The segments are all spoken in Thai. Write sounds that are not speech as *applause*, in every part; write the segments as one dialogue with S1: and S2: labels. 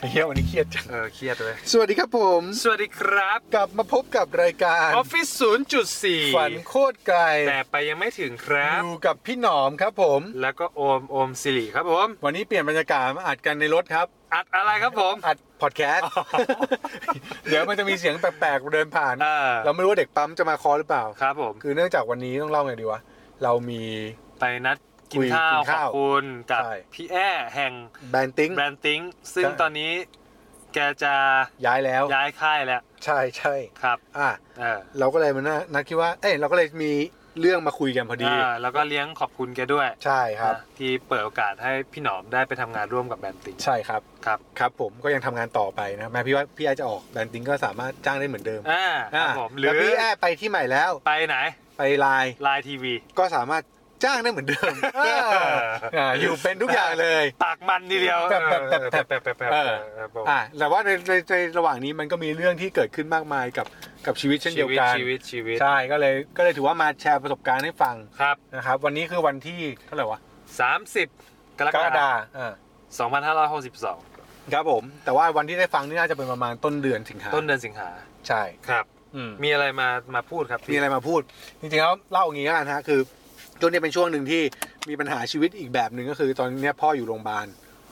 S1: ไอ้เฮียวันนี้เครียดจัง
S2: เออเครียดเลย
S1: สวัสดีครับผม
S2: สวัสดีครับ
S1: กลับมาพบกับรายการ
S2: ออฟฟิศ0.4
S1: ฝันโคตรไกล
S2: แต่ไปยังไม่ถึงครับ
S1: อยู่กับพี่หนอมครับผม
S2: แล้วก็โอมโอมสิริครับผม
S1: วันนี้เปลี่ยนบรรยากาศมาอัดกันในรถครับ
S2: อัดอะไรครับผม
S1: อัดพอดแค *laughs* สต์ เดี๋ยวมันจะมีเสียงแปลกๆเดินผ่าน
S2: เออ
S1: เราไม่รู้ว่าเด็กปั๊มจะมาคอหรือเปล่า
S2: ครับผม
S1: คือเนื่องจากวันนี้ต้องเล่าไงดีวะ เรามี
S2: ไปนัดกิ
S1: คุ
S2: น
S1: ย
S2: ข้าว
S1: กิน
S2: ขอ
S1: ข้า
S2: บ
S1: ว
S2: คุณกับ
S1: ใช่
S2: พี่แอ้แห่ง
S1: แบนติ้ง
S2: แบรนด์ติ้งซึ่ง
S1: ใช่
S2: ตอนนี้แกจะ
S1: ย้ายแล้ว
S2: ย้ายค่ายแล้ว
S1: ใช่ใช่
S2: ครับ
S1: อ่ะ
S2: เออ
S1: เราก็เลยมานะนัดคิดว่า เอ้ยเราก็เลยมีเรื่องมาคุยกันพอดี
S2: อ่าแล้วก็เลี้ยงขอบคุณแกด้วย
S1: ใช่ครับ
S2: นะที่เปิดโอกาสให้พี่หนอมได้ไปทำงานร่วมกับแบรนด์ติ้ง
S1: ใช่ครับ
S2: ครับ
S1: ครับผมก็ยังทำงานต่อไปนะแม้พี่ว่าพี่ไอจะออกแบรนด์ติ้งก็สามารถจ้างได้เหมือนเดิม
S2: อ่าครับผมหรื
S1: แล้ว
S2: อ
S1: พี่แอไปที่ใหม่แล้ว
S2: ไปไหน
S1: ไปไลน์
S2: ไลน์ทีวี
S1: ก็สามารถจ้างได้เหมือนเดิมอ่าอยู่เป็นทุกอย่างเลย
S2: ปากมันทีเดียว
S1: แบบแบบแบบแบบ
S2: แบบแบบแบบ
S1: เอ
S2: แบ
S1: อบ
S2: แบบผม
S1: อ่าแต่ว่าในในในระหว่างนี้มันก็มีเรื่องที่เกิดขึ้นมากมายกับกับชีวิตเช่นเดียวกัน
S2: ชีวิตชีวิตชีวิต
S1: ใช่ก็เลยก็เลยถือว่ามาแชร์ประสบการณ์ให้ฟัง
S2: ครับ
S1: นะครับ วันนี้คือวันที่เท่าไหร่วะ
S2: 30 กรกฎาคม
S1: อ่า
S2: 2562
S1: ครับผม แต่ว่าวันที่ได้ฟังนี่น่าจะเป็นประมาณต้นเดือนสิงหา
S2: ต้นเดือนสิงหา
S1: ใช่
S2: ครับ
S1: อืม
S2: มีอะไรมามาพูดครับพี่
S1: มีอะไรมาพูด จริงๆแล้วเล่าอย่างนี้แล้วกันฮะคือช่วงนี้เป็นช่วงหนึ่งที่มีปัญหาชีวิตอีกแบบหนึ่งก็คือ ตอนเนี้ยพ่ออยู่โรงพยาบาล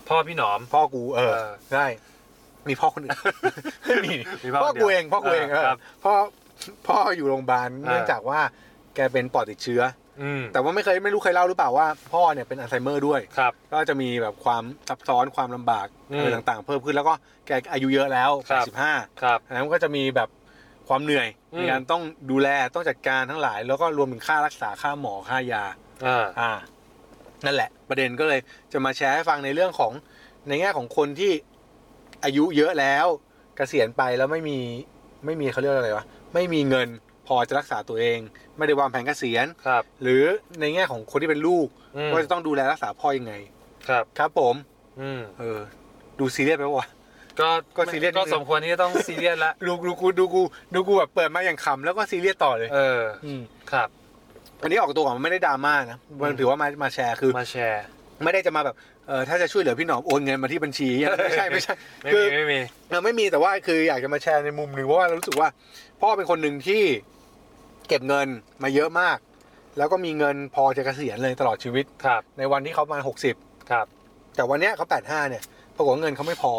S2: พ่อพี่หนอม
S1: พ่อกูเออ
S2: เออ
S1: ใช่มีพ่อคนอื่น ไม่มี
S2: *laughs* มีพ่อ
S1: พ่อ
S2: คนเดียว
S1: กูเองพ่อกูเองเออ
S2: ครับ
S1: พ่อพ่ออยู่โรงพยาบาล
S2: เออ
S1: เนื่องจากว่าแกเป็นปอดติดเชื้อ
S2: อืม
S1: แต่ว่าไม่เคยไม่รู้ใครเล่าหรือเปล่าว่า พ่อเนี่ยเป็นอัลไซเมอร์ด้วย
S2: ครับ
S1: ก็จะมีแบบความซับซ้อนความลำบาก
S2: อืม
S1: อะไรต่างๆ เพิ่มขึ้นแล้วก็แกอายุเยอะแล้ว
S2: ครับ
S1: 85
S2: ครับ
S1: อันนั้นก็จะมีแบบความเหนื่อย
S2: อืม
S1: ในการต้องดูแลต้องจัดการทั้งหลาย แล้วก็รวมถึงค่ารักษาค่าหมอค่ายา
S2: อ่า
S1: อ่า นั่นแหละ ประเด็นก็เลยจะมาแชร์ให้ฟังในเรื่องของในแง่ของคนที่อายุเยอะแล้วเกษียณไปแล้วไม่มีไม่มีเขาเรียกว่าอะไรวะไม่มีเงินพอจะรักษาตัวเอง ไม่ได้วางแผนเกษียณ
S2: ครับ
S1: หรือในแง่ของคนที่เป็นลูก
S2: อืม
S1: ว่าจะต้องดูแลรักษาพ่อยังไง
S2: ครับ
S1: ครับผม
S2: อืม
S1: เออ ดูซีเรียสไปปะวะ
S2: ก็
S1: ก็ซีเรียสนิดนึง
S2: ก็สมควรที่จะต้องซีเรียสละ
S1: ดูดูกูดูกูดูกูแบบเปิดมาอย่างขำแล้วก็ซีเรียสต่อเลย
S2: เออ
S1: อืม
S2: ครับ
S1: อันนี้ออกตัวก่อนมันไม่ได้ดราม่านะมัน
S2: อืม
S1: ถือว่ามามาแชร์คือ
S2: มาแชร์
S1: ไม่ได้จะมาแบบเออถ้าจะช่วยเหลือพี่หนอมโอนเงินมาที่บัญชี *laughs* ยังไม่ใช่ไม่ใช่
S2: ไม่
S1: คื
S2: มี
S1: อ
S2: ไม่มี
S1: เออไม่มีแต่ว่าคืออยากจะมาแชร์ในมุมหนึ่งเพราะว่าเรารู้สึกว่า พ่อเป็นคนหนึ่งที่เก็บเงินมาเยอะมาก แล้วก็มีเงินพอจะเกษียณเลยตลอดชีวิต
S2: ครับ
S1: ในวันที่เขามาหกสิบ
S2: ครับ
S1: แต่วันเนี้ยเขาแปดห้าเนี่ยปรากฏว่าเงินเขาไม่พอ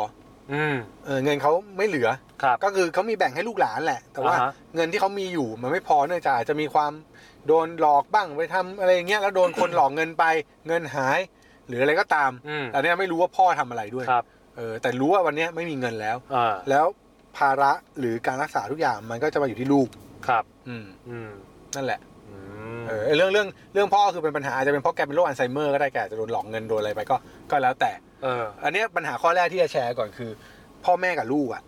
S2: อืม
S1: เออเงินเขาไม่เหลือ
S2: ครับ
S1: ก็คือเขามีแบ่งให้ลูกหลานแหละ แต่ว่า
S2: อ่าฮะ
S1: เงินที่เขามีอยู่มันไม่พอเนื่องจากอาจจะมีความโดนหลอกบ้างไปทำอะไรอย่างเงี้ยแล้วโดนคน หลอกเงินไป เงินหาย หรืออะไรก็ตาม
S2: อืม
S1: แต่เนี่ยไม่รู้ว่าพ่อทำอะไรด้วย
S2: ครับ
S1: เออแต่รู้ว่าวันเนี้ยไม่มีเงินแล้ว
S2: อ่า
S1: แล้วภาระหรือการรักษาทุกอย่างมันก็จะมาอยู่ที่ลูก
S2: ครับ
S1: อืม
S2: อืม
S1: นั่นแหละ
S2: อืม
S1: เออเรื่องเรื่องเรื่องพ่อคือเป็นปัญหาอาจจะเป็นเพราะแกเป็นโรคอัลไซเมอร์ก็ได้แกอาจจะโดนหลอกเงินโดนอะไรไปก็ก็แล้วแต่
S2: เออ
S1: อันเนี้ยปัญหาข้อแรกที่จะแชร์ก่อนคือ พ่อแม่กับลูกอ่ะ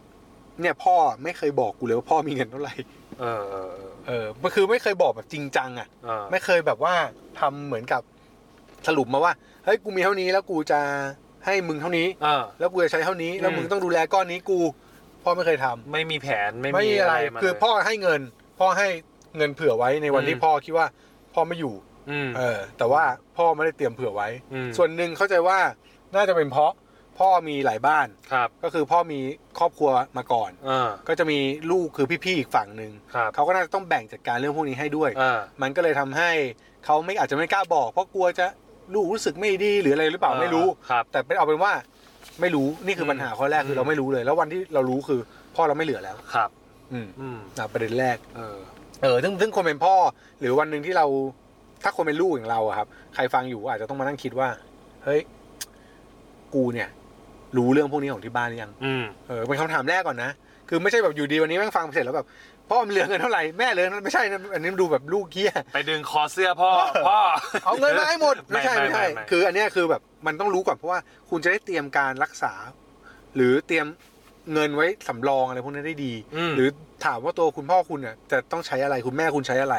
S1: เนี่ยพ่อไม่เคยบอกกูเลยว่าพ่อมีเงินเท่าไหร่
S2: เออเออ
S1: เออมันคือไม่เคยบอกแบบจริงจังอะ่ะ
S2: เออ
S1: ไม่เคยแบบว่าทำเหมือนกับสรุปมาว่า เฮ้ย กูมีเท่านี้แล้วกูจะให้มึงเท่านี้
S2: เออ
S1: แล้วกูจะใช้เท่านี้ แล้ว
S2: อืม
S1: มึงต้องดูแลก้อนนี้กู พ่อไม่เคยทำ
S2: ไม่มีแผนไม่
S1: ไม่
S2: มี
S1: มี
S2: อะ
S1: อะไรไร
S2: มา
S1: คือ
S2: เลย
S1: พ่อให้เงิน พ่อให้เงินเผื่อไว้ในวัน
S2: อืม
S1: ที่พ่อคิดว่าพ่อไม่อยู่
S2: ม
S1: เออ แต่ว่าพ่อไม่ได้เตรียมเผื่อไว้
S2: ม
S1: ส่วนหนึ่งเข้าใจว่าน่าจะเป็นเพราะพ่อมีหลายบ้าน
S2: ครับ
S1: ก็คือพ่อมีครอบครัวมาก่อน
S2: เออ
S1: ก็จะมีลูกคือพี่ๆอีกฝั่งหนึ่ง
S2: ครับ
S1: เขาก็น่าจะต้องแบ่งจัดการเรื่องพวกนี้ให้ด้วย
S2: เออ
S1: มันก็เลยทำให้เขาไม่อาจจะไม่กล้าบอก เพราะกลัวจะลูกรู้สึกไม่ดีหรืออะไรหรือเปล่า
S2: เออ
S1: ไม่รู้
S2: ครับ
S1: แต่เป็นเอาเป็นว่าไม่รู้นี่คือ
S2: ม
S1: ปัญหาข้อแรกคือ
S2: ม
S1: เราไม่รู้เลย แล้ววันที่เรารู้คือพ่อเราไม่เหลือแล้ว
S2: ครับ
S1: อืม
S2: อืม
S1: อ่ะประเด็นแรก
S2: เออ
S1: เออซึ่งซึ่งคนเป็นพ่อ หรือวันหนึ่งที่เรา ถ้าคนเป็นลูกอย่างเราอะครับ ใครฟังอยู่อาจจะต้องมานั่งคิดว่า เฮ้ยกูเนี่ย รู้เรื่องพวกนี้ของที่บ้านหรือยัง
S2: อืม
S1: เออเป็นคำถามแรกก่อนนะคือไม่ใช่แบบอยู่ดีวันนี้แม่งฟังเสร็จแล้วแบบพ่อมันเหลือเงินเท่าไหร่แม่เหลือเงินไม่ใช่นะอันนี้มันดูแบบลูกเกี้ย
S2: ไปดึงคอเสื้อพ่อพ่อ
S1: เอาเงินมาให้หมด ไม่ใช่
S2: ไม่
S1: ไม่ใช่
S2: ไม่ไม่
S1: คืออันเนี้ยคือแบบมันต้องรู้ก่อนเพราะว่าคุณจะได้เตรียมการรักษา หรือเตรียม เงินไว้สำรองอะไรพวกนี้ได้ดี
S2: อืม
S1: หรือถามว่าตัวคุณพ่อคุณเนี่ยจะต้องใช้อะไรคุณแม่คุณใช้อะไร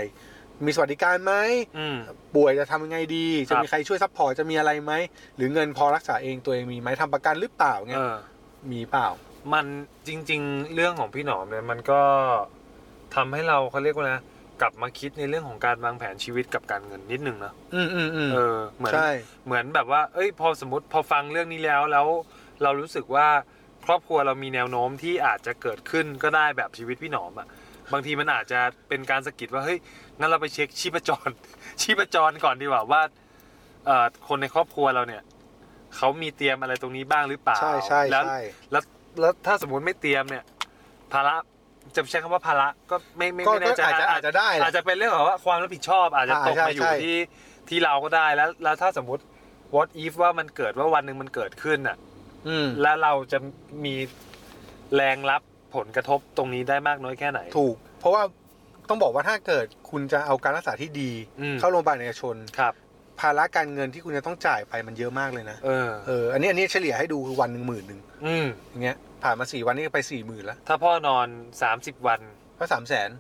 S1: มีสวัสดิการไหม
S2: อืม
S1: ป่วยจะทำยังไงดี
S2: ครั
S1: จะ
S2: บ
S1: มีใครช่วยซัพพอร์ต จะมีอะไรไหม หรือเงินพอรักษาเองตัวเองมีไหมทำประกันหรือเปล่า
S2: เอ
S1: เงี้ย
S2: อ
S1: มีเปล่า
S2: มันจริง ๆ เรื่องของพี่หนอมเนี่ยมันก็ทำให้เราเขาเรียกว่านะกลับมาคิดในเรื่องของการวางแผนชีวิตกับการเงินนิดนึงนะ
S1: อืมอืมอืม
S2: เออเหมือน
S1: ใช่
S2: เหมือนแบบว่า เอ้ย พอสมมติพอฟังเรื่องนี้แล้วแล้ว เรารู้สึกว่าครอบครัวเรามีแนวโน้มที่อาจจะเกิดขึ้นก็ได้แบบชีวิตพี่หนอมอะ่ะ บางทีมันอาจจะเป็นการสะกิดว่า เฮ้ย งั้นเราไปเช็คชีพจร ชีพจรก่อนดีกว่าว่าเอ่อคนในครอบครัวเราเนี่ยเขามีเตรียมอะไรตรงนี้บ้างหรือเปล่า
S1: ใช่ใช่
S2: แล้ว
S1: ใช่
S2: แล้วแล้วถ้าสมมติไม่เตรียมเนี่ยภาระจะใช้คำว่าภาระก็ไม่ไม่
S1: ก็
S2: ไม่แน่ใจ
S1: ก็อาจจะอาจจะได้แหละ
S2: อาจจะเป็นเรื่องของว่าความรับผิดชอบอาจจะ
S1: อ่า
S2: ตก
S1: ใช่
S2: มาอยู่
S1: ใช่
S2: ที่ที่เราก็ได้แล้วแล้วถ้าสมมติ what if ว่ามันเกิดว่าวันหนึ่งมันเกิดขึ้นอ่ะ
S1: อืม
S2: แล้วเราจะมีแรงรับผลกระทบตรงนี้ได้มากน้อยแค่ไหน
S1: ถูก เพราะว่าต้องบอกว่าถ้าเกิดคุณจะเอาการรักษาที่ดี
S2: อืม
S1: เข้าโรงพยาบาลเอกชน
S2: ครับ
S1: ภาระการเงินที่คุณจะต้องจ่ายไปมันเยอะมากเลยนะ
S2: เออ
S1: เออ อันนี้อันนี้เฉลี่ยให้ดูคือวันหนึ่งหมื่นหนึ่ง
S2: อืม
S1: อย่างเงี้ย ผ่านมาสี่วันนี่ไปสี่หมื่นแล้ว
S2: ถ้าพ่อนอน 30 วัน
S1: ก็สามแสน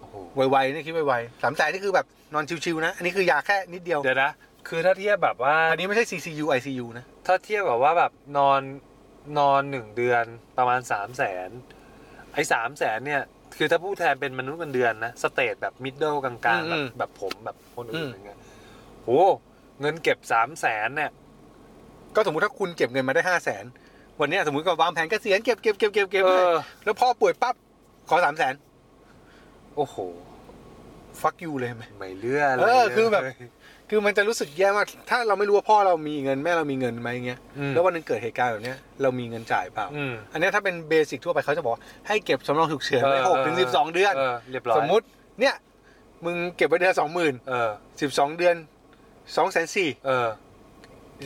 S2: โอ้โห
S1: ไวๆนี่คิดไวๆสามแสนนี่คือแบบนอนชิวๆนะ อันนี้คือยาแค่นิดเดียว
S2: เดี๋ยวนะ คือถ้าเทียบแบบว่า
S1: อันนี้ไม่ใช่ CCU ICU นะ
S2: ถ้าเทียบแบบว่าแบบนอนนอนหนึ่งเดือนประมาณ3 0 0แสนไอ้สามแสนเนี่ย คือถ้าผู้แทนเป็นมนุษย์เงินเดือนนะสเตทแบบมิดเดิลกลางๆแบ
S1: อืม
S2: บแบบผมแบบคนอื่นอย่างเงี้ยโหเงินเก็บสามแสนเนี่ย
S1: ก็สมมติถ้าคุณเก็บเงินมาได้ห้าแสนวันเนี้ยสมมติก็วางแผนเกษียณเก็บเก็บเก็บเก็บเก็บ
S2: เออ
S1: แล้วพ่อป่วยปั๊บขอสามแสน
S2: โอ้โห
S1: ฟักยูเลยไหม
S2: ไม่เลื่ออะไร
S1: เออคือแบบ
S2: เลย
S1: คือมันจะรู้สึกแย่มากถ้าเราไม่รู้ว่าพ่อเรามีเงินแม่เรามีเงินไหมเงี้ย
S2: อืม
S1: แล้ววันหนึงเกิดเหตุการณ์แบบเนี้ยเรามีเงินจ่ายเปล่า
S2: อืม
S1: อันเนี้ยถ้าเป็นเบสิกทั่วไปเขาจะบอกว่าให้เก็บสำรองฉุกเฉินไว้หกถึงสิบสองเดือน
S2: เรียบร้อย
S1: สมมุติเนี่ยมึงเก็บไว้เดือนสองหมื่น
S2: เออ
S1: สิบสองเดือนสองแสนสี่
S2: เออ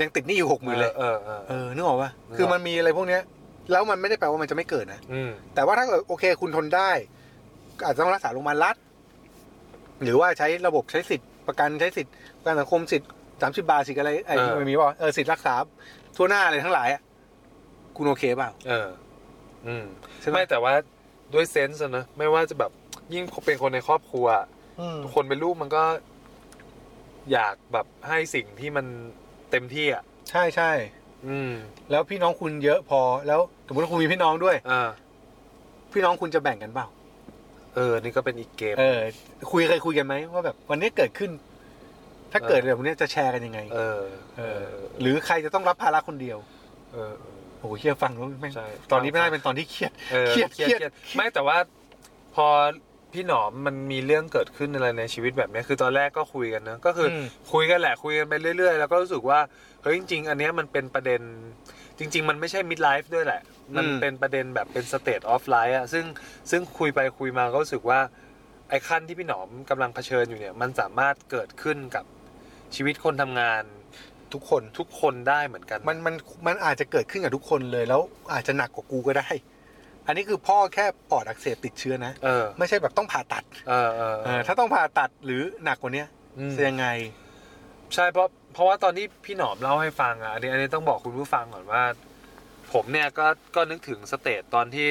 S1: ยังติดหนี้อยู่หกหมื่นเลย
S2: เออเออเอ
S1: เอ
S2: อ
S1: อนึกออกปะ
S2: นึกออก
S1: คือมันมีอะไรพวกเนี้ยแล้วมันไม่ได้แปลว่ามันจะไม่เกิดนะ
S2: อืม
S1: แต่ว่าถ้าเกิดโอเคคุณทนได้ก็อาจจะต้องรักษาโรงพยาบาลรัฐหรือว่าใช้ระบบใช้สิทธิ์ประกันใช้สิทธิ์ประกันสังคมสิทธิ์สามสิบาทสิทธิ์อะไรไอ้ที่มันมีว่าเออสิทธิ์รักษาทั่วหน้าอะไรทั้งหลายอ่ะคุณโอเคเปล่า
S2: เออ อืม
S1: ใช่ไหม
S2: ไม่แต่ว่าด้วยเซนส์อะนะไม่ว่าจะแบบยิ่งเป็นคนในครอบครัว คนเป็นลูกมันก็ อยากแบบให้สิ่งที่มันเต็มที่อ่ะ
S1: ใช่ใช่
S2: อืม
S1: แล้วพี่น้องคุณเยอะพอแล้วสมมติว่าคุณมีพี่น้องด้วย
S2: เออ
S1: พี่น้องคุณจะแบ่งกันเปล่า
S2: เออ นี่ก็เป็นอีกเกม
S1: เออ คุยเคยคุยกันไหมว่าแบบวันนี้เกิดขึ้น ถ้าเกิดแบบนี้จะแชร์กันยังไง
S2: เออ
S1: เออ หรือใครจะต้องรับภาระคนเดียว
S2: เออ
S1: โอ้โหเฮียฟังแล้วแม่ง
S2: ใช่
S1: ตอนนี้ไม่น่าเป็นตอนที่เครียด
S2: เออ
S1: เครียด
S2: เครียด
S1: เครียด
S2: เครียดไม่แต่ว่าพอพี่หนอมมันมีเรื่องเกิดขึ้นอะไรในชีวิตแบบเนี้ยคือตอนแรกก็คุยกันเนอะก็คืออ
S1: ม
S2: คุยกันแหละคุยกันไปเรื่อย ๆ แล้วก็รู้สึกว่าเฮ้ยจริง ๆ อันเนี้ยมันเป็นประเด็นจริง ๆ มันไม่ใช่ mid life ด้วยแหละ มัน
S1: อืม
S2: เป็นประเด็นแบบเป็น state of life อะซึ่งซึ่งคุยไปคุยมาก็รู้สึกว่าไอ้ขั้นที่พี่หนอมกำลังเผชิญอยู่เนี่ย มันสามารถเกิดขึ้นกับชีวิตคนทำงาน
S1: ทุกคน
S2: ทุกคนได้เหมือนกัน
S1: มันมันมันอาจจะเกิดขึ้นกับทุกคนเลยแล้วอาจจะหนักกว่ากูก็ได้ อันนี้คือพ่อแค่ปอดอักเสบติดเชื้อนะ
S2: เออ
S1: ไม่ใช่แบบต้องผ่าตัด
S2: เออเออ
S1: เออถ้าต้องผ่าตัดหรือหนักกว่าเนี้ย
S2: อืม
S1: จะยังไง
S2: ใช่เพราะเพราะว่าตอนที่พี่หนอมเล่าให้ฟังอ่ะอันนี้อันนี้ต้องบอกคุณผู้ฟังก่อนว่า ผมเนี่ยก็ก็นึกถึงสเตจตอนที่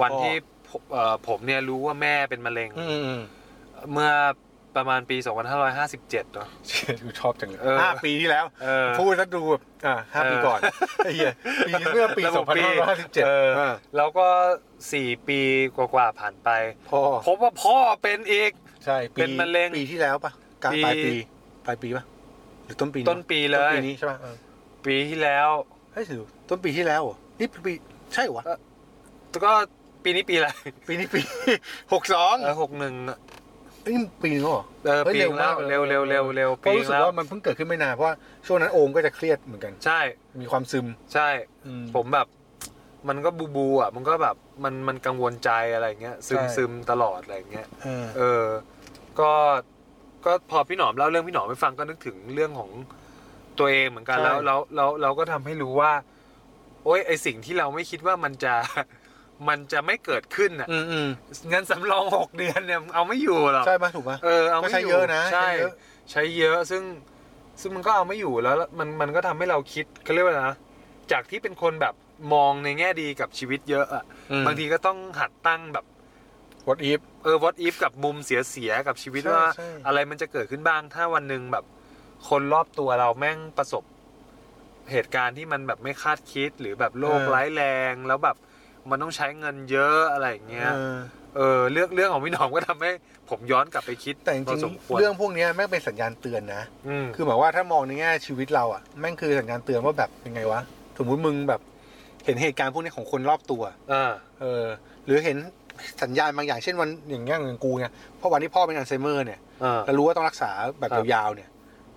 S2: วัน
S1: อ๋อ
S2: ที่ผมเอ่อผมเนี่ยรู้ว่าแม่เป็นมะเร็ง
S1: อืมอืม
S2: เมื่อประมาณปี 2557เนาะ
S1: เชี่ยกูชอบจังเลย
S2: เออ
S1: ห้าปีที่แล้ว
S2: เออ
S1: พูดแล้วดูแบบอ่าห้าปีก่อนไอ้เหี้ยปีเมื่อปี
S2: แล้ว
S1: ส
S2: ผ
S1: อง
S2: ม
S1: พัน
S2: ปี
S1: ห้าร้อยห้าสิบเจ็ด
S2: เออ แล้วก็ 4 ปีกว่าๆผ่านไป
S1: พ่อ
S2: พบว่าพ่อเป็นอีก
S1: ใช่
S2: เป็นมะเร็ง
S1: ปีที่แล้วปะกลาง
S2: ปี
S1: ปลายปีปลายปีปะหรือต้นปีะ
S2: ต้นปีเล
S1: ต้น
S2: ย
S1: ปีนี้ใช่ปะเออ
S2: ปีที่แล้ว
S1: เฮ้ยถือต้นปีที่แล้วเหรอนี่ปีใช่เหรอวะ
S2: ก็ปีนี้ปีอะไร
S1: ปีนี้ *laughs* ปีหกสอง
S2: เออหกหนึ่ง
S1: เอ้ยปีนึงเหรอ
S2: เออ
S1: เฮ้ย
S2: ปี
S1: เร็ว
S2: แล้
S1: มาว ก
S2: เร็วเร็วเร็วเร็ว
S1: เพ
S2: ปี
S1: ราะรู้สึก
S2: แล้ว
S1: ว่ามันเพิ่งเกิดขึ้นไม่นานเพราะว่าช่วงนั้นโอมก็จะเครียดเหมือนกัน
S2: ใช่
S1: มีความซึม
S2: ใช่
S1: อื
S2: ผมแบบมันก็บูบูอ่ะ มันก็แบบมันมันกังวลใจอะไรเงี้ยซึมซึมตลอดอะไรเงี้ย
S1: เออ
S2: เออ ก็ก็พอพี่หนอมเล่าเรื่องพี่หนอมไปฟังก็นึกถึงเรื่องของตัวเองเหมือนกันแล้วแล้วแล้วเราก็ทำให้รู้ว่า โอ้ยไอสิ่งที่เราไม่คิดว่ามันจะ มันจะไม่เกิดขึ้นอ่ะ
S1: อืมอืม
S2: เงินสำรองหกเดือนเนี่ยเอาไม่อยู่หรอก
S1: ใช่ปะถูกปะ
S2: เออเอาไม่
S1: ก็ใช้
S2: อยู่
S1: เยอะนะ
S2: ใช่
S1: ใช้เยอะ
S2: ใช้เยอะซึ่งซึ่งมันก็เอาไม่อยู่แล้วแล้วมันมันก็ทำให้เราคิดเขาเรียกว่าอะไรนะจากที่เป็นคนแบบ มองในแง่ดีกับชีวิตเยอะอะ
S1: อืม
S2: บางทีก็ต้องหัดตั้งแบบ
S1: what if
S2: เออ what if กับมุมเสียเสียๆกับชีวิต
S1: ใช่
S2: ว่า
S1: ใช่
S2: อะไรมันจะเกิดขึ้นบ้าง ถ้าวันหนึ่งแบบ คนรอบตัวเราแม่งประสบเหตุการณ์ที่มันแบบไม่คาดคิดหรือแบบโรคร้ายแรง แล้วแบบมันต้องใช้เงินเยอะอะไรอย่างเงี้ย
S1: เออ
S2: เออเรื่องเรื่องของพี่หนอมก็ทำให้ผมย้อนกลับไปคิด
S1: แต่จริง
S2: พอสมคว
S1: ๆเรื่องพวกเนี้ยแม่งเป็นสัญญาณเตือนนะ
S2: อืม
S1: คือหมายว่าถ้ามองในแง่ชีวิตเราอ่ะแม่งคือสัญญาณเตือนว่าแบบยังไงวะสมมติมึงแบบ เห็นเหตุการณ์พวกเนี้ยของคนรอบตัว
S2: เออ
S1: เออ หรือเห็นสัญญาณบางอย่างเช่นวันอย่างเงี้ยอย่างกูเนี่ยเพราะวันที่พ่อเป็นอัลไซเมอร์เนี่ย
S2: เออ
S1: แล้วรู้ว่าต้องรักษาแบบ
S2: ครับ
S1: ยาวๆเนี่ย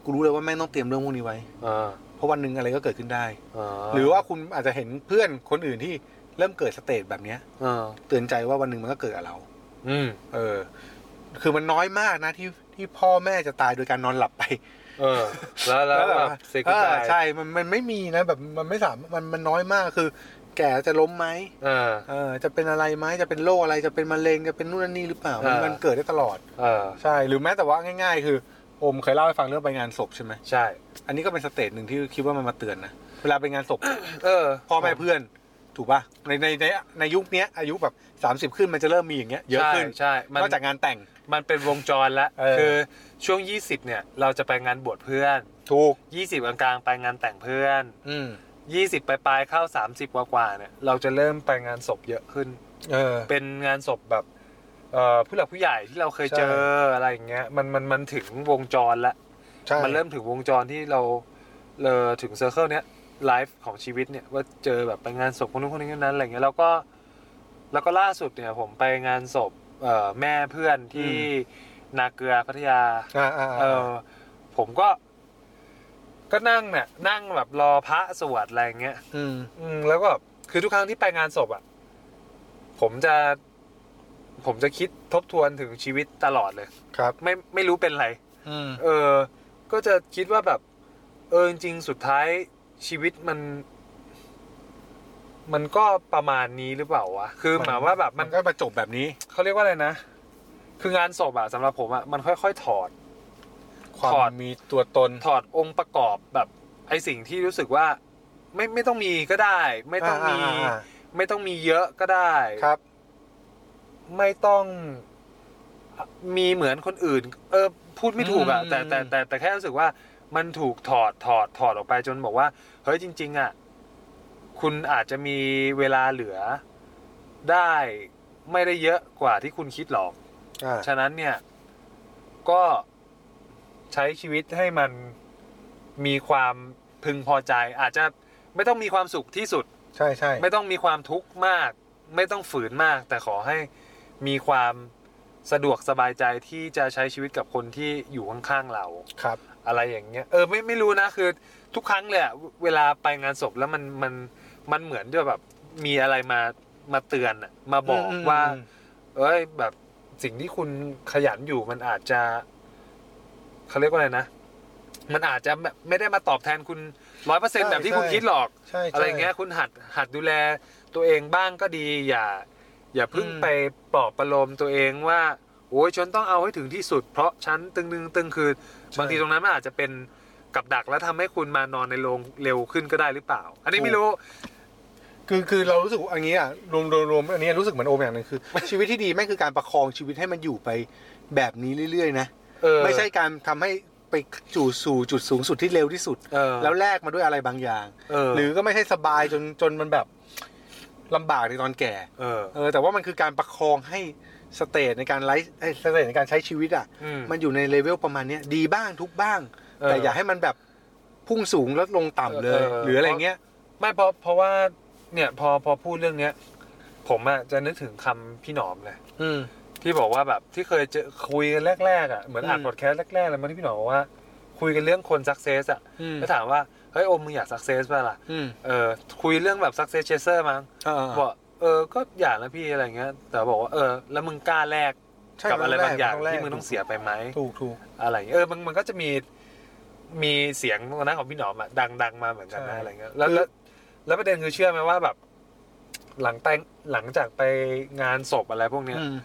S1: กูรู้เลยว่าแม่งต้องเตรียมเรื่องพวกนี้ไว้
S2: เออ
S1: เพราะวันหนึ่งอะไรก็เกิดขึ้นได้
S2: เออ
S1: หรือว่าคุณอาจจะเห็นเพื่อนคนอื่นที่เริ่มเกิดสเตจแบบเนี้ย
S2: เออ
S1: เตือนใจว่าวันหนึ่งมันก็เกิดกับเรา
S2: อืม
S1: เออ คือมันน้อยมากนะที่ที่พ่อแม่จะตายโดยการนอนหลับไป
S2: เออ แล้วแล้ว
S1: แล้ว
S2: แบ
S1: แบบ บ
S2: เซกุ
S1: เอ
S2: ได
S1: อใช่ มันมันไม่มีนะแบบมันไม่สามมันมันน้อยมากคือ แก่จะล้มไหม
S2: เออ
S1: เออจะเป็นอะไรไหมจะเป็นโรคอะไรจะเป็นมะเร็งจะเป็นนู่นนนนี่หรือเปล่ามัน
S2: เออ
S1: มันเกิดได้ตลอด
S2: เออ
S1: ใช่ หรือแม้แต่ว่าง่าย ๆ คือโอมเคยเล่าให้ฟังเรื่องไปงานศพใช่ไหม
S2: ใช่
S1: อันนี้ก็เป็นสเตจหนึ่งที่คิดว่ามันมาเตือนนะเวลาไปงานศพ
S2: เออ
S1: พ่อแม่เพื่อน ถูกป่ะในในในในยุคเนี้ยอายุแบบ 30 ขึ้นมันจะเริ่มมีอย่างเงี้ยเยอะขึ้น
S2: ใช่ใช่มัน
S1: นอกจากงานแต่ง
S2: มันเป็นวงจรละ
S1: เออ
S2: คือช่วง 20 เนี่ย เราจะไปงานบวชเพื่อน
S1: ถูก
S2: 20กลางๆไปงานแต่งเพื่อน
S1: อืม
S2: 20 ปลายๆเข้า 30 กว่าๆเนี่ย เราจะเริ่มไปงานศพเยอะขึ้น
S1: เออ
S2: เป็นงานศพแบบเอ่อผู้หลักผู้ใหญ่ที่เราเคย
S1: ใช่
S2: เจออะไรอย่างเงี้ยมันมันมันถึงวงจรละ
S1: ใช่
S2: มันเริ่มถึงวงจรที่เราเออถึงเซอร์เคิลเนี้ยไลฟ์ของชีวิตเนี่ยว่าเจอแบบไปงานศพคนนู้นคนนี้คนนั้นอะไรเงี้ยแล้วก็แล้วก็ล่าสุดเนี่ยผมไปงานศพเอ่อแม่เพื่อนที่นาเกลือพัทยา
S1: อ่าอ่า
S2: เออผมก็ ก็นั่งเนี่ยนั่งแบบรอพระสวดอะไรเงี้ย
S1: อืม
S2: อืมแล้วก็คือทุกครั้งที่ไปงานศพอ่ะผมจะ ผมจะคิดทบทวนถึงชีวิตตลอดเลย
S1: ครับ
S2: ไม่ไม่รู้เป็นไร
S1: อืม
S2: เออ ก็จะคิดว่าแบบ เออจริงๆสุดท้ายชีวิตมัน มันก็ประมาณนี้หรือเปล่าวะ คือหมายว่าแบบ
S1: มั
S2: มัน น
S1: ก็มาจบแบบนี้
S2: เขาเรียกว่าอะไรนะ คืองานศพอะสำหรับผมอะมันค่อยๆถอด
S1: ความ
S2: ถอด
S1: มีตัวตน
S2: ถอดองค์ประกอบแบบ ไอสิ่งที่รู้สึกว่า ไม่ไม่ต้องมีก็ได้ ไม่ต้องมี
S1: อ่า
S2: ไม่ต้องมีเยอะก็ได้
S1: ๆๆครับ
S2: ไม่ต้องมีเหมือนคนอื่น เออพูดไม่ถูกอะ
S1: อืม
S2: แต่แต่แต่แต่แค่รู้สึกว่ามันถูกถอดถอดถอดออกไปจนบอกว่า เฮ้ยจริง ๆอะคุณอาจจะมีเวลาเหลือได้ไม่ได้เยอะกว่าที่คุณคิดหรอก
S1: อ่า
S2: ฉะนั้นเนี่ย ก็ใช้ชีวิตให้มันมีความพึงพอใจ อาจจะไม่ต้องมีความสุขที่สุด
S1: ใช่ใช่
S2: ไม่ต้องมีความทุกข์มาก ไม่ต้องฝืนมาก แต่ขอให้มีความสะดวกสบายใจที่จะใช้ชีวิตกับคนที่อยู่ข้างๆเรา
S1: ครับ
S2: อะไรอย่างเงี้ยเออไม่ไม่รู้นะคือ ทุกครั้งเลยอะเวลาไปงานศพแล้วมันมันมันเหมือนด้วยแบบมีอะไรมามาเตือนอะมาบอก
S1: อืม
S2: ว่า
S1: อืม
S2: เอ้ยแบบสิ่งที่คุณขยันอยู่มันอาจจะเขาเรียกว่าอะไรนะ มันอาจจะแบบไม่ได้มาตอบแทนคุณร้อยเปอร์เซ็นต์แบบที่คุณคิดหรอก
S1: ใช่ใช่
S2: อะไรเงี้ยคุณหัดหัดดูแลตัวเองบ้างก็ดี อย่า อย่าเพิ่ง
S1: อืม
S2: ไปปลอบประโลมตัวเองว่าโอ้ยฉันต้องเอาให้ถึงที่สุด เพราะฉันตึงตึงตึงคือบางทีตรงนั้นมันอาจจะเป็นกับดักแล้วทำให้คุณมานอนในโรงเร็วขึ้นก็ได้หรือเปล่า อันนี้ไม่รู้
S1: คือคือเรารู้สึกอันนี้อ่ะรวมรวมรวมอันนี้รู้สึกเหมือนโอมอย่างหนึงคือ ชีวิตที่ดีแม่งคือการประคองชีวิตให้มันอยู่ไปแบบนี้เรื่อยๆนะ
S2: เออ
S1: ไม่ใช่การทำให้ไปจู่สู่จุดสูงสุดที่เร็วที่สุด
S2: เออ
S1: แล้วแลกมาด้วยอะไรบางอย่าง
S2: เออ
S1: หรือก็ไม่ใช่สบายจนจนมันแบบลำบากในตอนแก่
S2: เออ
S1: เออแต่ว่ามันคือการประคองให้สเตจในการไลฟ์เอ้ยสเตจในการใช้ชีวิตอ่ะ
S2: อืม
S1: มันอยู่ในเลเวลประมาณเนี้ยดีบ้างทุกบ้าง
S2: เออ
S1: แต่อย่าให้มันแบบพุ่งสูงแล้วลงต่ำเลย
S2: เออ
S1: หรืออะไรเงี้ย
S2: ไม่เพราะเพราะว่าเนี่ยพอพอพูดเรื่องเนี้ย ผมอะจะนึกถึงคำพี่หนอมเลย
S1: อืม
S2: ที่บอกว่าแบบที่เคยเจอคุยกันแรกๆอ่ะเหมือนอ่าน
S1: อืม
S2: พอดแคสต์แรกๆเลยมันที่พี่หนอมบอกว่า คุยกันเรื่องคนสักเซสอ่ะ
S1: อืม
S2: แล้วถามว่าเฮ้ยโอมมึงอยากสักเซสป่ะล่ะ
S1: อืม
S2: เออคุยเรื่องแบบสักเซสเชเซอร์มั้ง
S1: เออ
S2: บอกเออก็อยากนะพี่อะไรเงี้ย แต่บอกว่าเออแล้วมึงกล้าแลก
S1: ใช่
S2: กับอะไร
S1: แก
S2: บางอย่าง
S1: แรก
S2: ที่มึงต้องเสียไปไหม
S1: ถูกถูก
S2: อะไรเงี้ยเออมันมันก็จะมีมีเสียงตรงนั้นของพี่หนอมอ่ะดัง ๆ มาเหมือนกัน
S1: ใช่
S2: นะอะไรเงี้ยแล้วแล้วแล้วประเด็นคือเชื่อไหมว่าแบบ หลังแต่งหลังจากไปงานศพอะไรพวกเนี้ย
S1: อืม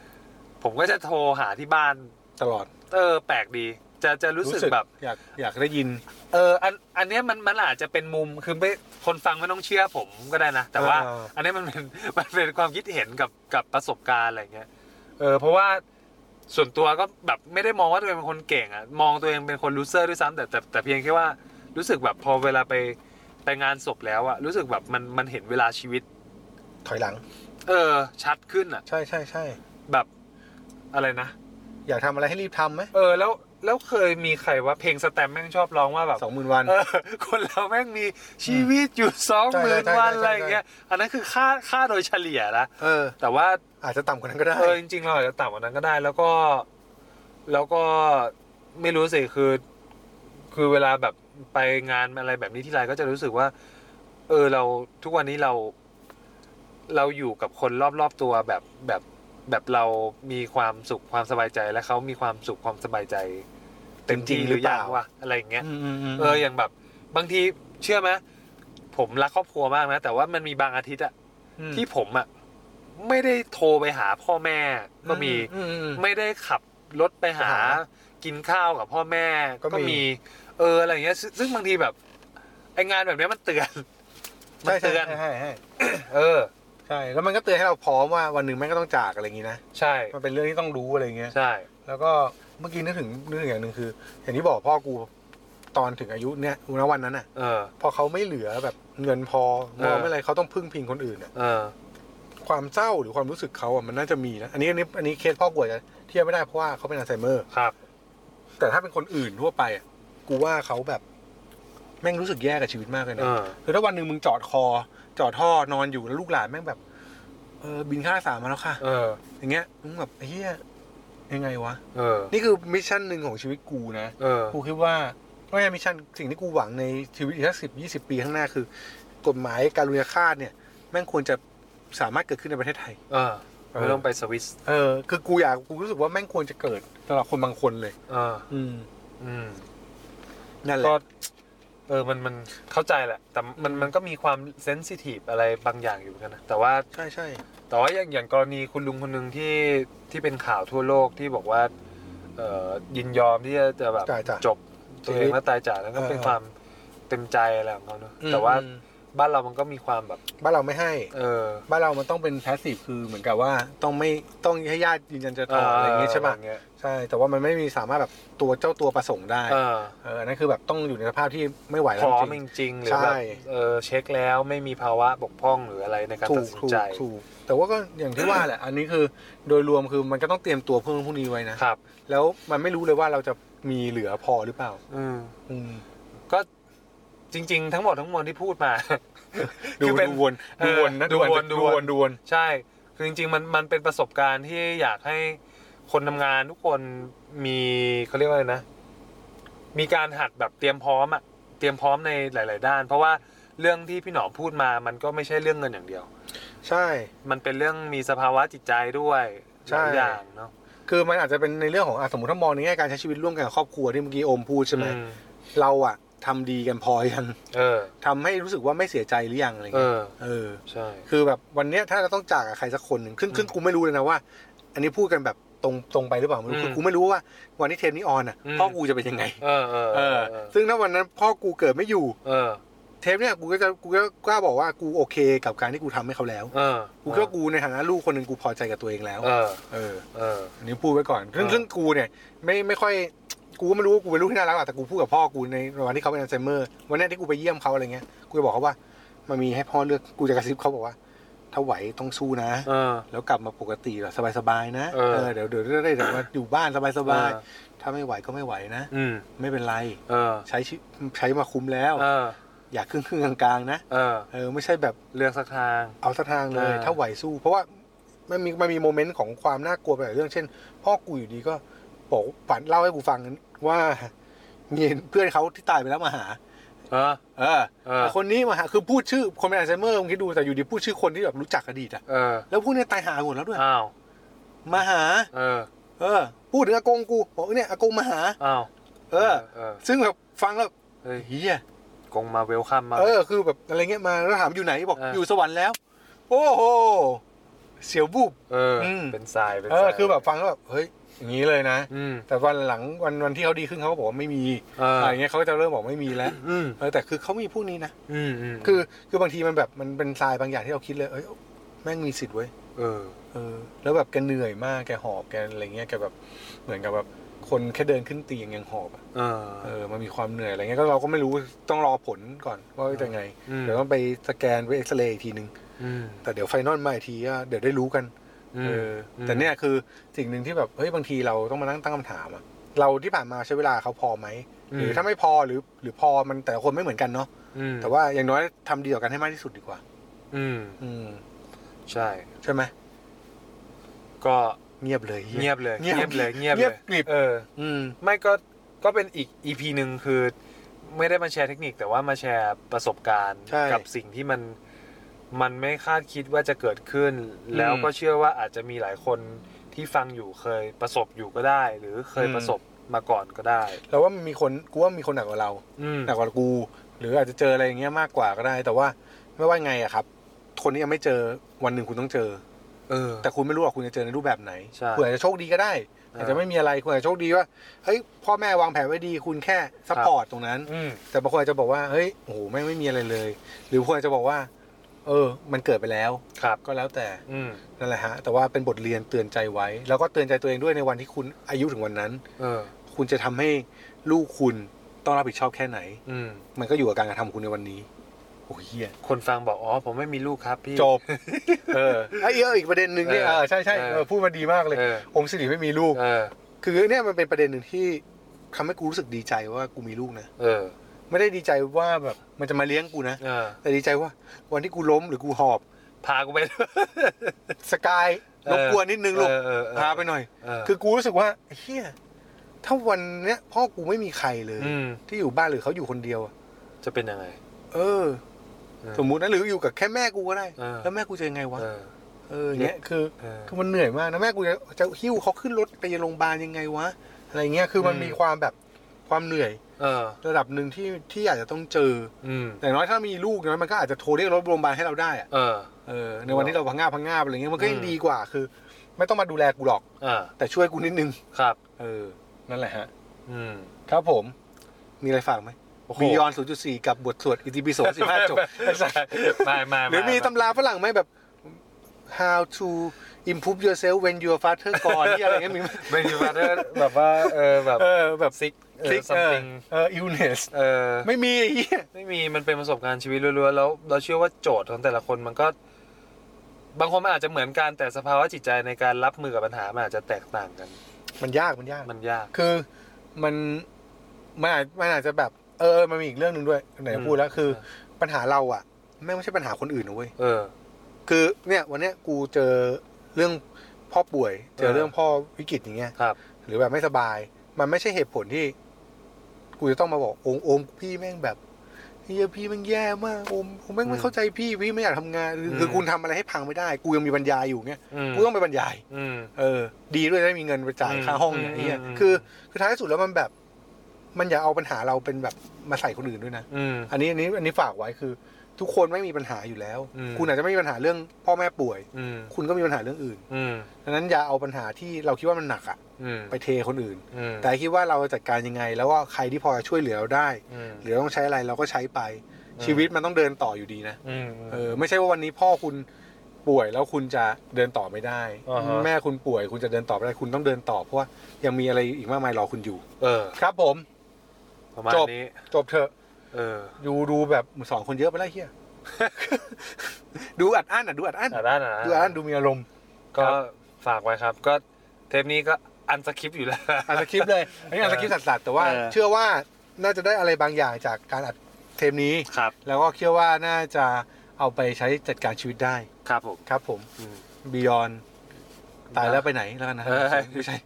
S2: ผมก็จะโทรหาที่บ้าน
S1: ตลอด
S2: เออแปลกดี จะจะรู้สึกแบบ
S1: อยากอยากได้ยิน
S2: เอออันอันเนี้ยมันมันอาจจะเป็นมุมคือไม่คนฟังไม่ต้องเชื่อผมก็ได้นะ แต่ว่า
S1: เอออั
S2: อันเนี้ยมัน *laughs* เป็นมันเป็นความคิดเห็นกับกับประสบการณ์อะไรเงี้ยเออเพราะว่าส่วนตัวก็แบบไม่ได้มองว่าตัวเองเป็นคนเก่งอ่ะมองตัวเองเป็นคนรู้เซอร์ด้วยซ้ำแต่แต่แต่เพียงแค่ว่ารู้สึกแบบพอเวลาไปไปงานศพแล้วอ่ะรู้สึกแบบมันมันเห็นเวลาชีวิต
S1: ถอยหลัง
S2: เออชัดขึ้นอ่ะ
S1: ใช่ใช่ใช่
S2: แบบอะไรนะ
S1: อยากทำอะไรให้รีบทำไหม
S2: เออแล้วแล้วเคยมีใครว่าเพลงสแตมป์แม่งชอบร้องว่าแบบ
S1: สองหมื่นวัน
S2: เออคนเราแม่งมีชีวิตอยู่สอง
S1: ใช่
S2: หมื่น
S1: ใช่
S2: วัน
S1: ใช่
S2: อะไรอย่างเงี้ย อันนั้นคือค่าค่าโดยเฉลี่ยนะ
S1: เออ
S2: แต่ว่า
S1: อาจจะต่ำกว่านั้นก็ได้
S2: เออจริงๆเราอาจจะต่ำกว่านั้นก็ได้ แล้วก็ แล้วก็ไม่รู้สิคือ คือเวลาแบบไปงานอะไรแบบนี้ที่ไรก็จะรู้สึกว่า เออเราทุกวันนี้เรา เราอยู่กับคนรอบๆตัวแบบแบบแบบเรามีความสุขความสบายใจและเขามีความสุขความสบายใจ เต็มที่หรือยังวะอะไรอย่างเงี้ย
S1: อืมอืมม
S2: เอออย่างแบบบางทีเชื่อไหมผมรักครอบครัวมากนะ แต่ว่ามันมีบางอาทิตย์อะ
S1: ม
S2: ที่ผมอะไม่ได้โทรไปหาพ่อแม่ก็มี
S1: อือือืม
S2: ไม่ได้ขับรถไปหา
S1: ไปหา
S2: กินข้าวกับพ่อแม่
S1: ก็มี
S2: เอออะไรอย่างเงี้ยซึ่งซึ่งบางทีแบบไองานแบบเนี้ยมันเตือนมั
S1: ใช่ใช่
S2: นเตือน
S1: ใช่ใช่ใช่
S2: เออ
S1: ใช่แล้วมันก็เตือนให้เราพร้อมว่าวันหนึ่งแม่งก็ต้องจากอะไรอย่างนี้นะ
S2: ใช่
S1: มันเป็นเรื่องที่ต้องรู้อะไรอย่างเงี้ย
S2: ใช่
S1: แล้วก็เมื่อกี้นึกถึงนึกถึงอย่างหนึ่งคือ อย่างที่บอกพ่อกูตอนถึงอายุเนี้ยณวันนั้นน่ะ
S2: เออ
S1: พอเขาไม่เหลือแบบเงินพอ
S2: เอ
S1: ม
S2: อ
S1: องไม่อะไรเขาต้องพึ่งพิงคนอื่นน่ะ
S2: เออ
S1: ความเศร้าหรือความรู้สึกเขาอ่ะมันน่าจะมีนะอันนี้อันนี้อันนี้เคสพ่อกวยจะเทียบไม่ได้เพราะว่าเขาเป็นอัลไซเมอร์
S2: ครับ
S1: แต่ถ้าเป็นคนอื่นทั่วไปอ่ะกูว่าเขาแบบ แม่งรู้สึกแย่กับชีวิตมากเลย
S2: เอ
S1: นะ
S2: อ
S1: คือถ้าวันหนึ่งมึงจอดคอ จอดท่อนอนอยู่แล้วลูกหลานแม่งแบบเออบินค่ารักษามาแล้วค่ะ
S2: เออ
S1: อย่างเงี้ยมึงแบบเฮียยังไงวะ
S2: เออ
S1: นี่คือมิชชั่นหนึ่งของชีวิตกูนะ
S2: เออ
S1: กูคิดว่าไม่ใช่มิชชั่นสิ่งที่กูหวังในชีวิตอีกสักสิบยี่สิบปีข้างหน้าคือ กฎหมายการุญยฆาตเนี่ย แม่งควรจะสามารถเกิดขึ้นในประเทศไทย
S2: เออไม่ต้องไปสวิส
S1: เออคือกูอยากกูรู้สึกว่าแม่งควรจะเกิดสำหรับคนบางคนเลย
S2: เออ
S1: อืม
S2: อืม
S1: นั่นแห
S2: ก็
S1: ละ
S2: เออ มัน มันเข้าใจแหละ แต่มันมันก็มีความเซนซิทีฟอะไรบางอย่างอยู่เหมือนกันนะ แต่ว่า
S1: ใช่ใช่
S2: แต่ว่าอย่างอย่างกรณีคุณลุงคนหนึ่งที่ที่เป็นข่าวทั่วโลกที่บอกว่าเอ่อยินยอมที่จะจะแบบ
S1: จ่ายจ่า
S2: จบตัวเองแล้วตายจากแล้วก็
S1: เออ
S2: เป็นความเต็มใจอะไรของเขาเนอะแต่ว่าบ้านเรามันก็มีความแบบ
S1: บ้านเราไม่ให้
S2: เออ
S1: บ้านเรามันต้องเป็นพาสซีฟคือเหมือนกับว่าต้องไม่ต้องให้ญาติยืนยันจะถอนอะไรอย่างเงี้ยใช่ปะ
S2: เงี้ย
S1: ใช่ แต่ว่ามันไม่มีสามารถแบบตัวเจ้าตัวประสงค์ได้
S2: เออ
S1: เอออันนั่นคือแบบต้องอยู่ในสภาพที่ไม่ไหวแล้ว
S2: พร้อม
S1: จริ
S2: จ
S1: ง
S2: ริงๆหรือแบบ
S1: ใช่
S2: เออเช็คแล้วไม่มีภาวะบกพร่องหรืออะไรในการ
S1: ถู
S2: ตัด
S1: ก
S2: สิน
S1: ถูก
S2: ใจ
S1: ถูกแต่ว่าก็อย่างที่ว่าแหละ *coughs* อันนี้คือโดยรวมคือมันก็ต้องเตรียมตัวเพื่อพวกนี้ไว้นะ
S2: ครับ
S1: แล้วมันไม่รู้เลยว่าเราจะมีเหลือพอหรือเปล่า
S2: อืม
S1: อืม
S2: ก็จริง ๆ ทั้งหมดทั้งมวลที่พูดมา
S1: *laughs* ดู
S2: คือเป็น
S1: ดูวนดูวนนะ
S2: เออดูวน
S1: ดู
S2: ดู
S1: ว
S2: วน น
S1: ดูวน
S2: ใช่ คือจริง ๆ มันมันเป็นประสบการณ์ที่อยากให้คนทำงานทุกคนมีเขาเรียกว่าอะไรนะ มีการหัดแบบเตรียมพร้อมอะเตรียมพร้อมในหลาย ๆ ด้าน เพราะว่าเรื่องที่พี่หนอมพูดมามันก็ไม่ใช่เรื่องเงินอย่างเดียว
S1: ใช่
S2: มันเป็นเรื่องมีสภาวะจิตใจด้วย
S1: ใช่
S2: หลายอย่างเนาะ
S1: คือมันอาจจะเป็นในเรื่องของอ่ะสมมติถ้ามองในแง่การใช้ชีวิตร่วมกันกับครอบครัวที่เมื่อกี้โอมพูดใช่ไหม
S2: อืม
S1: เราอะทำดีกันพอยัง *laughs*
S2: เออ
S1: ทำให้รู้สึกว่าไม่เสียใจหรือยังอะไร
S2: เอ
S1: เงี้ย
S2: อ
S1: เออ
S2: ใช่
S1: คือแบบวันเนี้ยถ้าเราต้องจากกับใครสักคนหนึ่งซึ่งซึ่ง
S2: อืม
S1: กูไม่รู้เลยนะว่า อันนี้พูดกันแบบตรงตรงไปหรือเปล่าไม่รู้คือ
S2: ม
S1: กูไม่รู้ว่าวันที่เทปนี้ออนอ่ะ
S2: อืม
S1: พ่อกูจะเป็นยังไง
S2: เออเออ
S1: เออ ซึ่งถ้าวันนั้นพ่อกูเกิดไม่อยู่
S2: เออ
S1: เทปเนี่ยกูก็จะกูก็กล้าบอกว่ากูโอเคกับการที่กูทำให้เขาแล้ว
S2: เออ
S1: กูก็กูในฐานะลูกคนหนึ่งกูพอใจกับตัวเองแล้ว
S2: เออ
S1: เออ
S2: เออ
S1: อันนี้พูดไว้ก่อนซึ่ง
S2: เออ
S1: ซึ่งกูเนี่ยไม่ไม่ค่อยกูก็ไม่รู้ว่ากูเป็นลูกที่น่ารักหรอกแต่กูพูดกับพ่อกูในวันที่เขาเป็นอัลไซเมอร์วันนั้นที่กูไปเยี่ยมเขาอะไรเงี้ยกูจะบอกเขาว่า มันมีให้พ่อเลือกกูจะกระซิบเขาบอกว่าถ้าไหวต้องสู้นะ
S2: เออ
S1: แล้วกลับมาปกติแบบสบายๆนะ
S2: เออ
S1: เดี๋ยวเดี๋ยวได้เดี๋ยวมาอยู่บ้านสบาย
S2: เออ
S1: ๆถ้าไม่ไหวก็ไม่ไหวนะ
S2: อืม
S1: ไม่เป็นไร
S2: เออ
S1: ใช้ชีวิตใช้มาคุ้มแล้ว
S2: เออ
S1: อยากครึ่งครึ่งๆกลางๆนะ
S2: เออ
S1: เออไม่ใช่แบบ
S2: เลือกสักทาง
S1: เอาสักทางเลย
S2: เออ
S1: ถ้าไหวสู้ เพราะว่ามันมีมันมีโมเมนต์ของความน่ากลัวไปหลายเรื่องเช่น พ่อกูอยู่ดีก็บอกฝันเล่าให้กูฟังว่ามีเพื่อนเขาที่ตายไปแล้วมาหา
S2: เออ
S1: เออ
S2: เออ
S1: คนนี้มาหาคือพูดชื่อคนเป็นอัลไซเมอร์มึงคิดดูแต่อยู่ดีพูดชื่อคนที่แบบรู้จักอดีตอะ
S2: เออ
S1: แล้วพวกเนี้ยตายหาหมดแล้วด้วย
S2: อ้าว
S1: มาหา
S2: เออ
S1: เออ พูดถึงอากงกูบอกเนี่ยอากงมาหา
S2: อ้าว
S1: เออ
S2: เออ
S1: ซึ่งแบบฟังแล้ว
S2: เฮ้ย
S1: เฮีย
S2: กงมาเวลคัมมา
S1: เออคือแบบอะไรเงี้ยมาแล้วถามอยู่ไหนบอก
S2: เออ
S1: อ
S2: อ
S1: ยู่สวรรค์แล้ว โอ้โหเสียวบูบ
S2: เอออ
S1: ม
S2: เป็นทราย เป็น
S1: เอ
S2: ท
S1: อ
S2: ราย
S1: คือแบบฟังแล้วแบบเฮ้ย อย่างนี้เลยนะ
S2: อืม
S1: แต่วันหลังวันวันที่เขาดีขึ้นเขาก็บอกว่าไม่มี
S2: เออ
S1: อะไร
S2: อ
S1: เงี้ยเขาก็จะเริ่มบอกไม่มีแล้ว
S2: อืม
S1: เออแต่คือเขามีพวกนี้นะ
S2: อืมอืม
S1: คือคือบางทีมันแบบมันเป็นทรายบางอย่างที่เราคิดเลยเอ้ยแม่งมีสิทธิ์เว้ย
S2: เออ
S1: เออแล้วแบบแกเหนื่อยมากแกหอบแกอะไรเงี้ยแกแบบเหมือนกับแบบคนแค่เดินขึ้นเตียงยังหอบอะ
S2: เออ
S1: เออมันมีความเหนื่อยอะไรเงี้ยก็เราก็ไม่รู้ต้องรอผลก่อนว่าจะไง
S2: อืม
S1: เดี๋ยวต้องไปสแกนไปเอ็กซเรย์อีกทีนึง
S2: อืม
S1: แต่เดี๋ยวไฟนอลมาอีกทีก็เดี๋ยวได้รู้กันเอออ
S2: ม
S1: แต่เนี่ยคือสิ่งหนึ่งที่แบบเฮ้ยบางทีเราต้องมานั่งตั้งคำถามอะเราที่ผ่านมาใช้เวลาเขาพอไหมหรือถ้าไม่พอหรือหรือพอมันแต่ละคนไม่เหมือนกันเนาะ
S2: อืม
S1: แต่ว่าอย่างน้อยทำดีต่อกันให้มากที่สุดดีกว่า
S2: อืม
S1: อืม
S2: ใช่
S1: ใช่ไหม
S2: ก็
S1: เงียบเลยหี้
S2: เงียบเลย
S1: เงียบ
S2: เลยเงียบ
S1: เงี
S2: เล
S1: บ
S2: ยย
S1: กริบ
S2: เออ
S1: อืม
S2: ไม่ก็ก็เป็นอีกอีพีหนึ่งคือไม่ได้มาแชร์เทคนิคแต่ว่ามาแชร์ประสบการณ์
S1: ใช่
S2: กับสิ่งที่มันมันไม่คาดคิดว่าจะเกิดขึ้น แล้วก็เชื่อว่าอาจจะมีหลายคนที่ฟังอยู่เคยประสบอยู่ก็ได้ หรือเคย
S1: อืม
S2: ประสบมาก่อนก็ได้
S1: เราว่ามันมีคนกูว่ามีคนหนักกว่าเรา
S2: อืม
S1: หนักกว่ากู หรืออาจจะเจออะไรอย่างเงี้ยมากกว่าก็ได้ แต่ว่าไม่ว่าไงอะครับ คนที่ยังไม่เจอวันหนึ่งคุณต้องเจอ
S2: เออ
S1: แต่คุณไม่รู้ว่าคุณจะเจอในรูปแบบไหน
S2: ใช่
S1: คุณอาจจะโชคดีก็ได้อาจจะไม่มีอะไรคุณอาจจะโชคดีว่าเฮ้ยพ่อแม่วางแผนไว้ดีคุณแค่ซัพพอร์ตตรงนั้น
S2: อืม
S1: แต่บางคนอาจจะบอกว่าเฮ้ยโอ้โหแม่งไม่มีอะไรเลย หรือบางคนอาจจะบอกว่า เออ มันเกิดไปแล้ว
S2: ครับ
S1: ก็แล้วแต่
S2: อืม
S1: นั่นแหละฮะ แต่ว่าเป็นบทเรียนเตือนใจไว้ แล้วก็เตือนใจตัวเองด้วยในวันที่คุณอายุถึงวันนั้น
S2: เออ
S1: คุณจะทำให้ลูกคุณต้องรับผิดชอบแค่ไหน
S2: อืม
S1: มันก็อยู่กับการกระทำของคุณในวันนี้โอ้ยเฮีย
S2: คนฟังบอกอ๋อผมไม่มีลูกครับพี่
S1: จบ *laughs* เออไอ้เอออีกประเด็นหนึ่งเนี่ย
S2: เออ
S1: เออใช่ใช่
S2: เออ
S1: เออพูดมาดีมากเลย
S2: เออ
S1: องค์สิริไม่มีลูก
S2: เออ
S1: คือเนี่ยมันเป็นประเด็นหนึ่งที่ทำให้กูรู้สึกดีใจว่ากูมีลูกนะ
S2: เออ
S1: ไม่ได้ดีใจว่าแบบมันจะมาเลี้ยงกูนะ
S2: เออ
S1: แต่ดีใจว่าวันที่กูล้มหรือกูหอบ
S2: พากูไป
S1: สกายรบกวนนิดนึงลูก
S2: เออเออเออ
S1: พาไปหน่อย
S2: เออ
S1: คือกูรู้สึกว่าไอ้เฮียถ้าวันเนี้ยพ่อกูไม่มีใครเลย
S2: อืม
S1: ที่อยู่บ้านหรือเขาอยู่คนเดียวอะ
S2: จะเป็นยังไง
S1: เออ
S2: เออ
S1: สมมุตินะหรืออยู่กับแค่แม่กูก็ได้
S2: เออ
S1: แล้วแม่กูจะยังไงวะ
S2: เออ
S1: เอออย่างเงี้ยคือ
S2: เออ
S1: คือมันเหนื่อยมากนะแม่กูจะจะหิ้วเขาขึ้นรถไปโรงพยาบาลยังไงวะอะไรเงี้ยคือมัน
S2: อืม
S1: มีความแบบความเหนื่อย
S2: เออ
S1: ระดับหนึ่งที่ที่อาจจะต้องเจอ
S2: อืม
S1: แต่อย่างน้อยถ้ามีลูกอย่างน้อยมันก็อาจจะโทรเรียกรถโรงพยาบาลให้เราได้อะ
S2: เออ
S1: เออในวันที่เราพังงาบพังงาบอะไรเงี้ยมันก็ยัง
S2: อืม
S1: ดีกว่าคือ ไม่ต้องมาดูแลกูหรอก
S2: อ่า
S1: แต่ช่วยกูนิดนึง
S2: ครับ
S1: เออนั่นแหละฮะ
S2: อื
S1: *laughs*
S2: ม
S1: ครับผม มีอะไรฝากไหม
S2: โอ้โห
S1: บียอน 0.4 กับบทสวดอิติปิโส15
S2: *laughs*
S1: จบ
S2: ไม่ไม่
S1: หรือมีตำราฝรั่งไหมแบบ how to improve yourself when your father
S2: *laughs*
S1: gone ที่อะไรเงี้ยมีไหม
S2: ไม่มีมาเธอแบบว่า เออ แบบ
S1: เออ แบบ
S2: ซิก
S1: click เออ
S2: something
S1: เออ illness
S2: เออ
S1: ไม่มีไอ้เหี้ย
S2: ไม่มี มันเป็นประสบการณ์ชีวิตล้วนๆ แล้ว เราเชื่อว่าโจทย์ของแต่ละคนมันก็ บางคนมันอาจจะเหมือนกัน แต่สภาวะจิตใจในการรับมือกับปัญหา มันอาจจะแตกต่างกัน
S1: มันยากมันยาก
S2: มันยาก
S1: คือมันมันอาจมันอาจจะแบบ เออ มันมีอีกเรื่องหนึ่งด้วย ไหน
S2: อืม
S1: พูดแล้วคือ ปัญหาเราอ่ะแม่งไม่ใช่ปัญหาคนอื่นนะเว้ย
S2: เออ
S1: คือเนี่ยวันเนี้ยกูเจอเรื่องพ่อป่วย เจอ
S2: เออ
S1: เรื่องพ่อวิกฤตอย่างเงี้ย
S2: ครับ
S1: หรือแบบไม่สบาย มันไม่ใช่เหตุผลที่ กูจะต้องมาบอกโอมโอมพี่แม่งแบบเฮียพี่แม่งแย่มากโอมโอมแม่งไม่
S2: อืม
S1: เข้าใจพี่พี่ไม่อยากทำงานคือคือ
S2: ม
S1: คุณทำอะไรให้พังไม่ได้ กูยังมีบรรยายอยู่เงี้ย
S2: อืม
S1: กูต้องไปบรรยาย
S2: อืม
S1: เออ ดีด้วยได้มีเงินไปจ่าย
S2: อืม
S1: ค่าห้องเนี่ย
S2: อืม
S1: ไอ้เฮีย
S2: อืม
S1: คือคือท้ายสุดแล้วมันแบบ มันอย่าเอาปัญหาเราเป็นแบบมาใส่คนอื่นด้วยนะ
S2: อืม
S1: อันนี้อันนี้อันนี้ฝากไว้คือ ทุกคนไม่มีปัญหาอยู่แล้ว
S2: อืม
S1: คุณอาจจะไม่มีปัญหาเรื่องพ่อแม่ป่วย
S2: อืม
S1: คุณก็มีปัญหาเรื่องอื่น
S2: อืม
S1: ดังนั้นอย่าเอาปัญหาที่เราคิดว่ามันหนักอะ
S2: อืม
S1: ไปเทคนอื่น
S2: อืม
S1: แต่คิดว่าเราจัดการยังไง แล้วก็ใครที่พอจะช่วยเหลือเราได้
S2: อืม
S1: หรือต้องใช้อะไรเราก็ใช้ไป
S2: อืม
S1: ชีวิตมันต้องเดินต่ออยู่ดีนะ
S2: อืม
S1: เออไม่ใช่ว่าวันนี้พ่อคุณป่วยแล้วคุณจะเดินต่อไม่ได้
S2: อ่าฮะ
S1: แม่คุณป่วยคุณจะเดินต่อไม่ได้คุณต้องเดินต่อเพราะว่ายังมีอะไรอีกมากมายรอคุณอยู่
S2: เออ
S1: ครับผม
S2: ประมาณ
S1: จบ
S2: นี้
S1: จบเถอะ
S2: เออ
S1: ดูดูแบบสองคนเยอะไปแล้วเฮีย *laughs* ดูอัดอั้นอ่ะดูอัดอั้น
S2: อ่ะด้านอ่ะ
S1: ดูอัดอั้นดูมีอารมณ์
S2: ก็
S1: ครับ
S2: ฝากไว้ครับก็เทปนี้ก็อันสคริปต์อยู่แล้ว *laughs*
S1: อัดสคริปต์เลยอันนี้อัดสคริปต์สัตว์แต่ว่า
S2: เออ
S1: เชื่อว่าน่าจะได้อะไรบางอย่างจากการอัดเทปนี้
S2: ครับ
S1: แล้วก็เชื่อว่าน่าจะเอาไปใช้จัดการชีวิตได้
S2: ครับผม
S1: ครับผม
S2: อืม
S1: บียอนตายแล้วไปไหนแล้วกันนะ
S2: เออ
S1: ไม่ใช่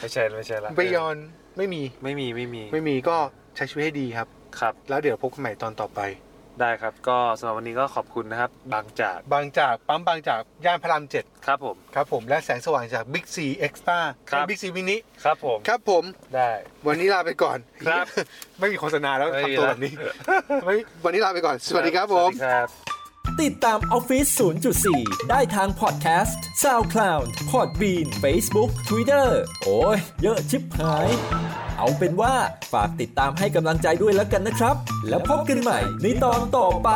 S2: ไม่ใช่ไม่ใช่ละ
S1: บียอนไม่มี
S2: ไม่มีไม่มี
S1: ไม่มีก็ใช้ชีวิตให้ดีครับ
S2: ครับ
S1: แล้วเดี๋ยวพบกันใหม่ตอนต่อไป
S2: ได้ครับก็สำหรับวันนี้ก็ขอบคุณนะครับ บางจาก
S1: บางจากปั๊มบางจากย่านพระรามเจ็ด
S2: ครับผม
S1: ครับผมและแสงสว่างจากบิ๊กซีเอ็กซ์ตา
S2: ครับ
S1: บิ๊กซีมินิ
S2: ครับผม
S1: ครับผม
S2: ได้
S1: วันนี้ลาไปก่อน
S2: ครับ
S1: ไม่มีโฆษณาแล้วทำตัวแบบนี้ไม่วันนี้ลาไปก่อน สวัสดีครับผม
S2: สวัสดีครับ
S3: ติดตามออฟฟิศ0.4 ได้ทางพอดแคสต์ SoundCloud Podbean Facebook Twitter โอ้ย เยอะชิบหาย เอาเป็นว่าฝากติดตามให้กำลังใจด้วยแล้วกันนะครับ แล้วพบกันใหม่ในตอนต่อไป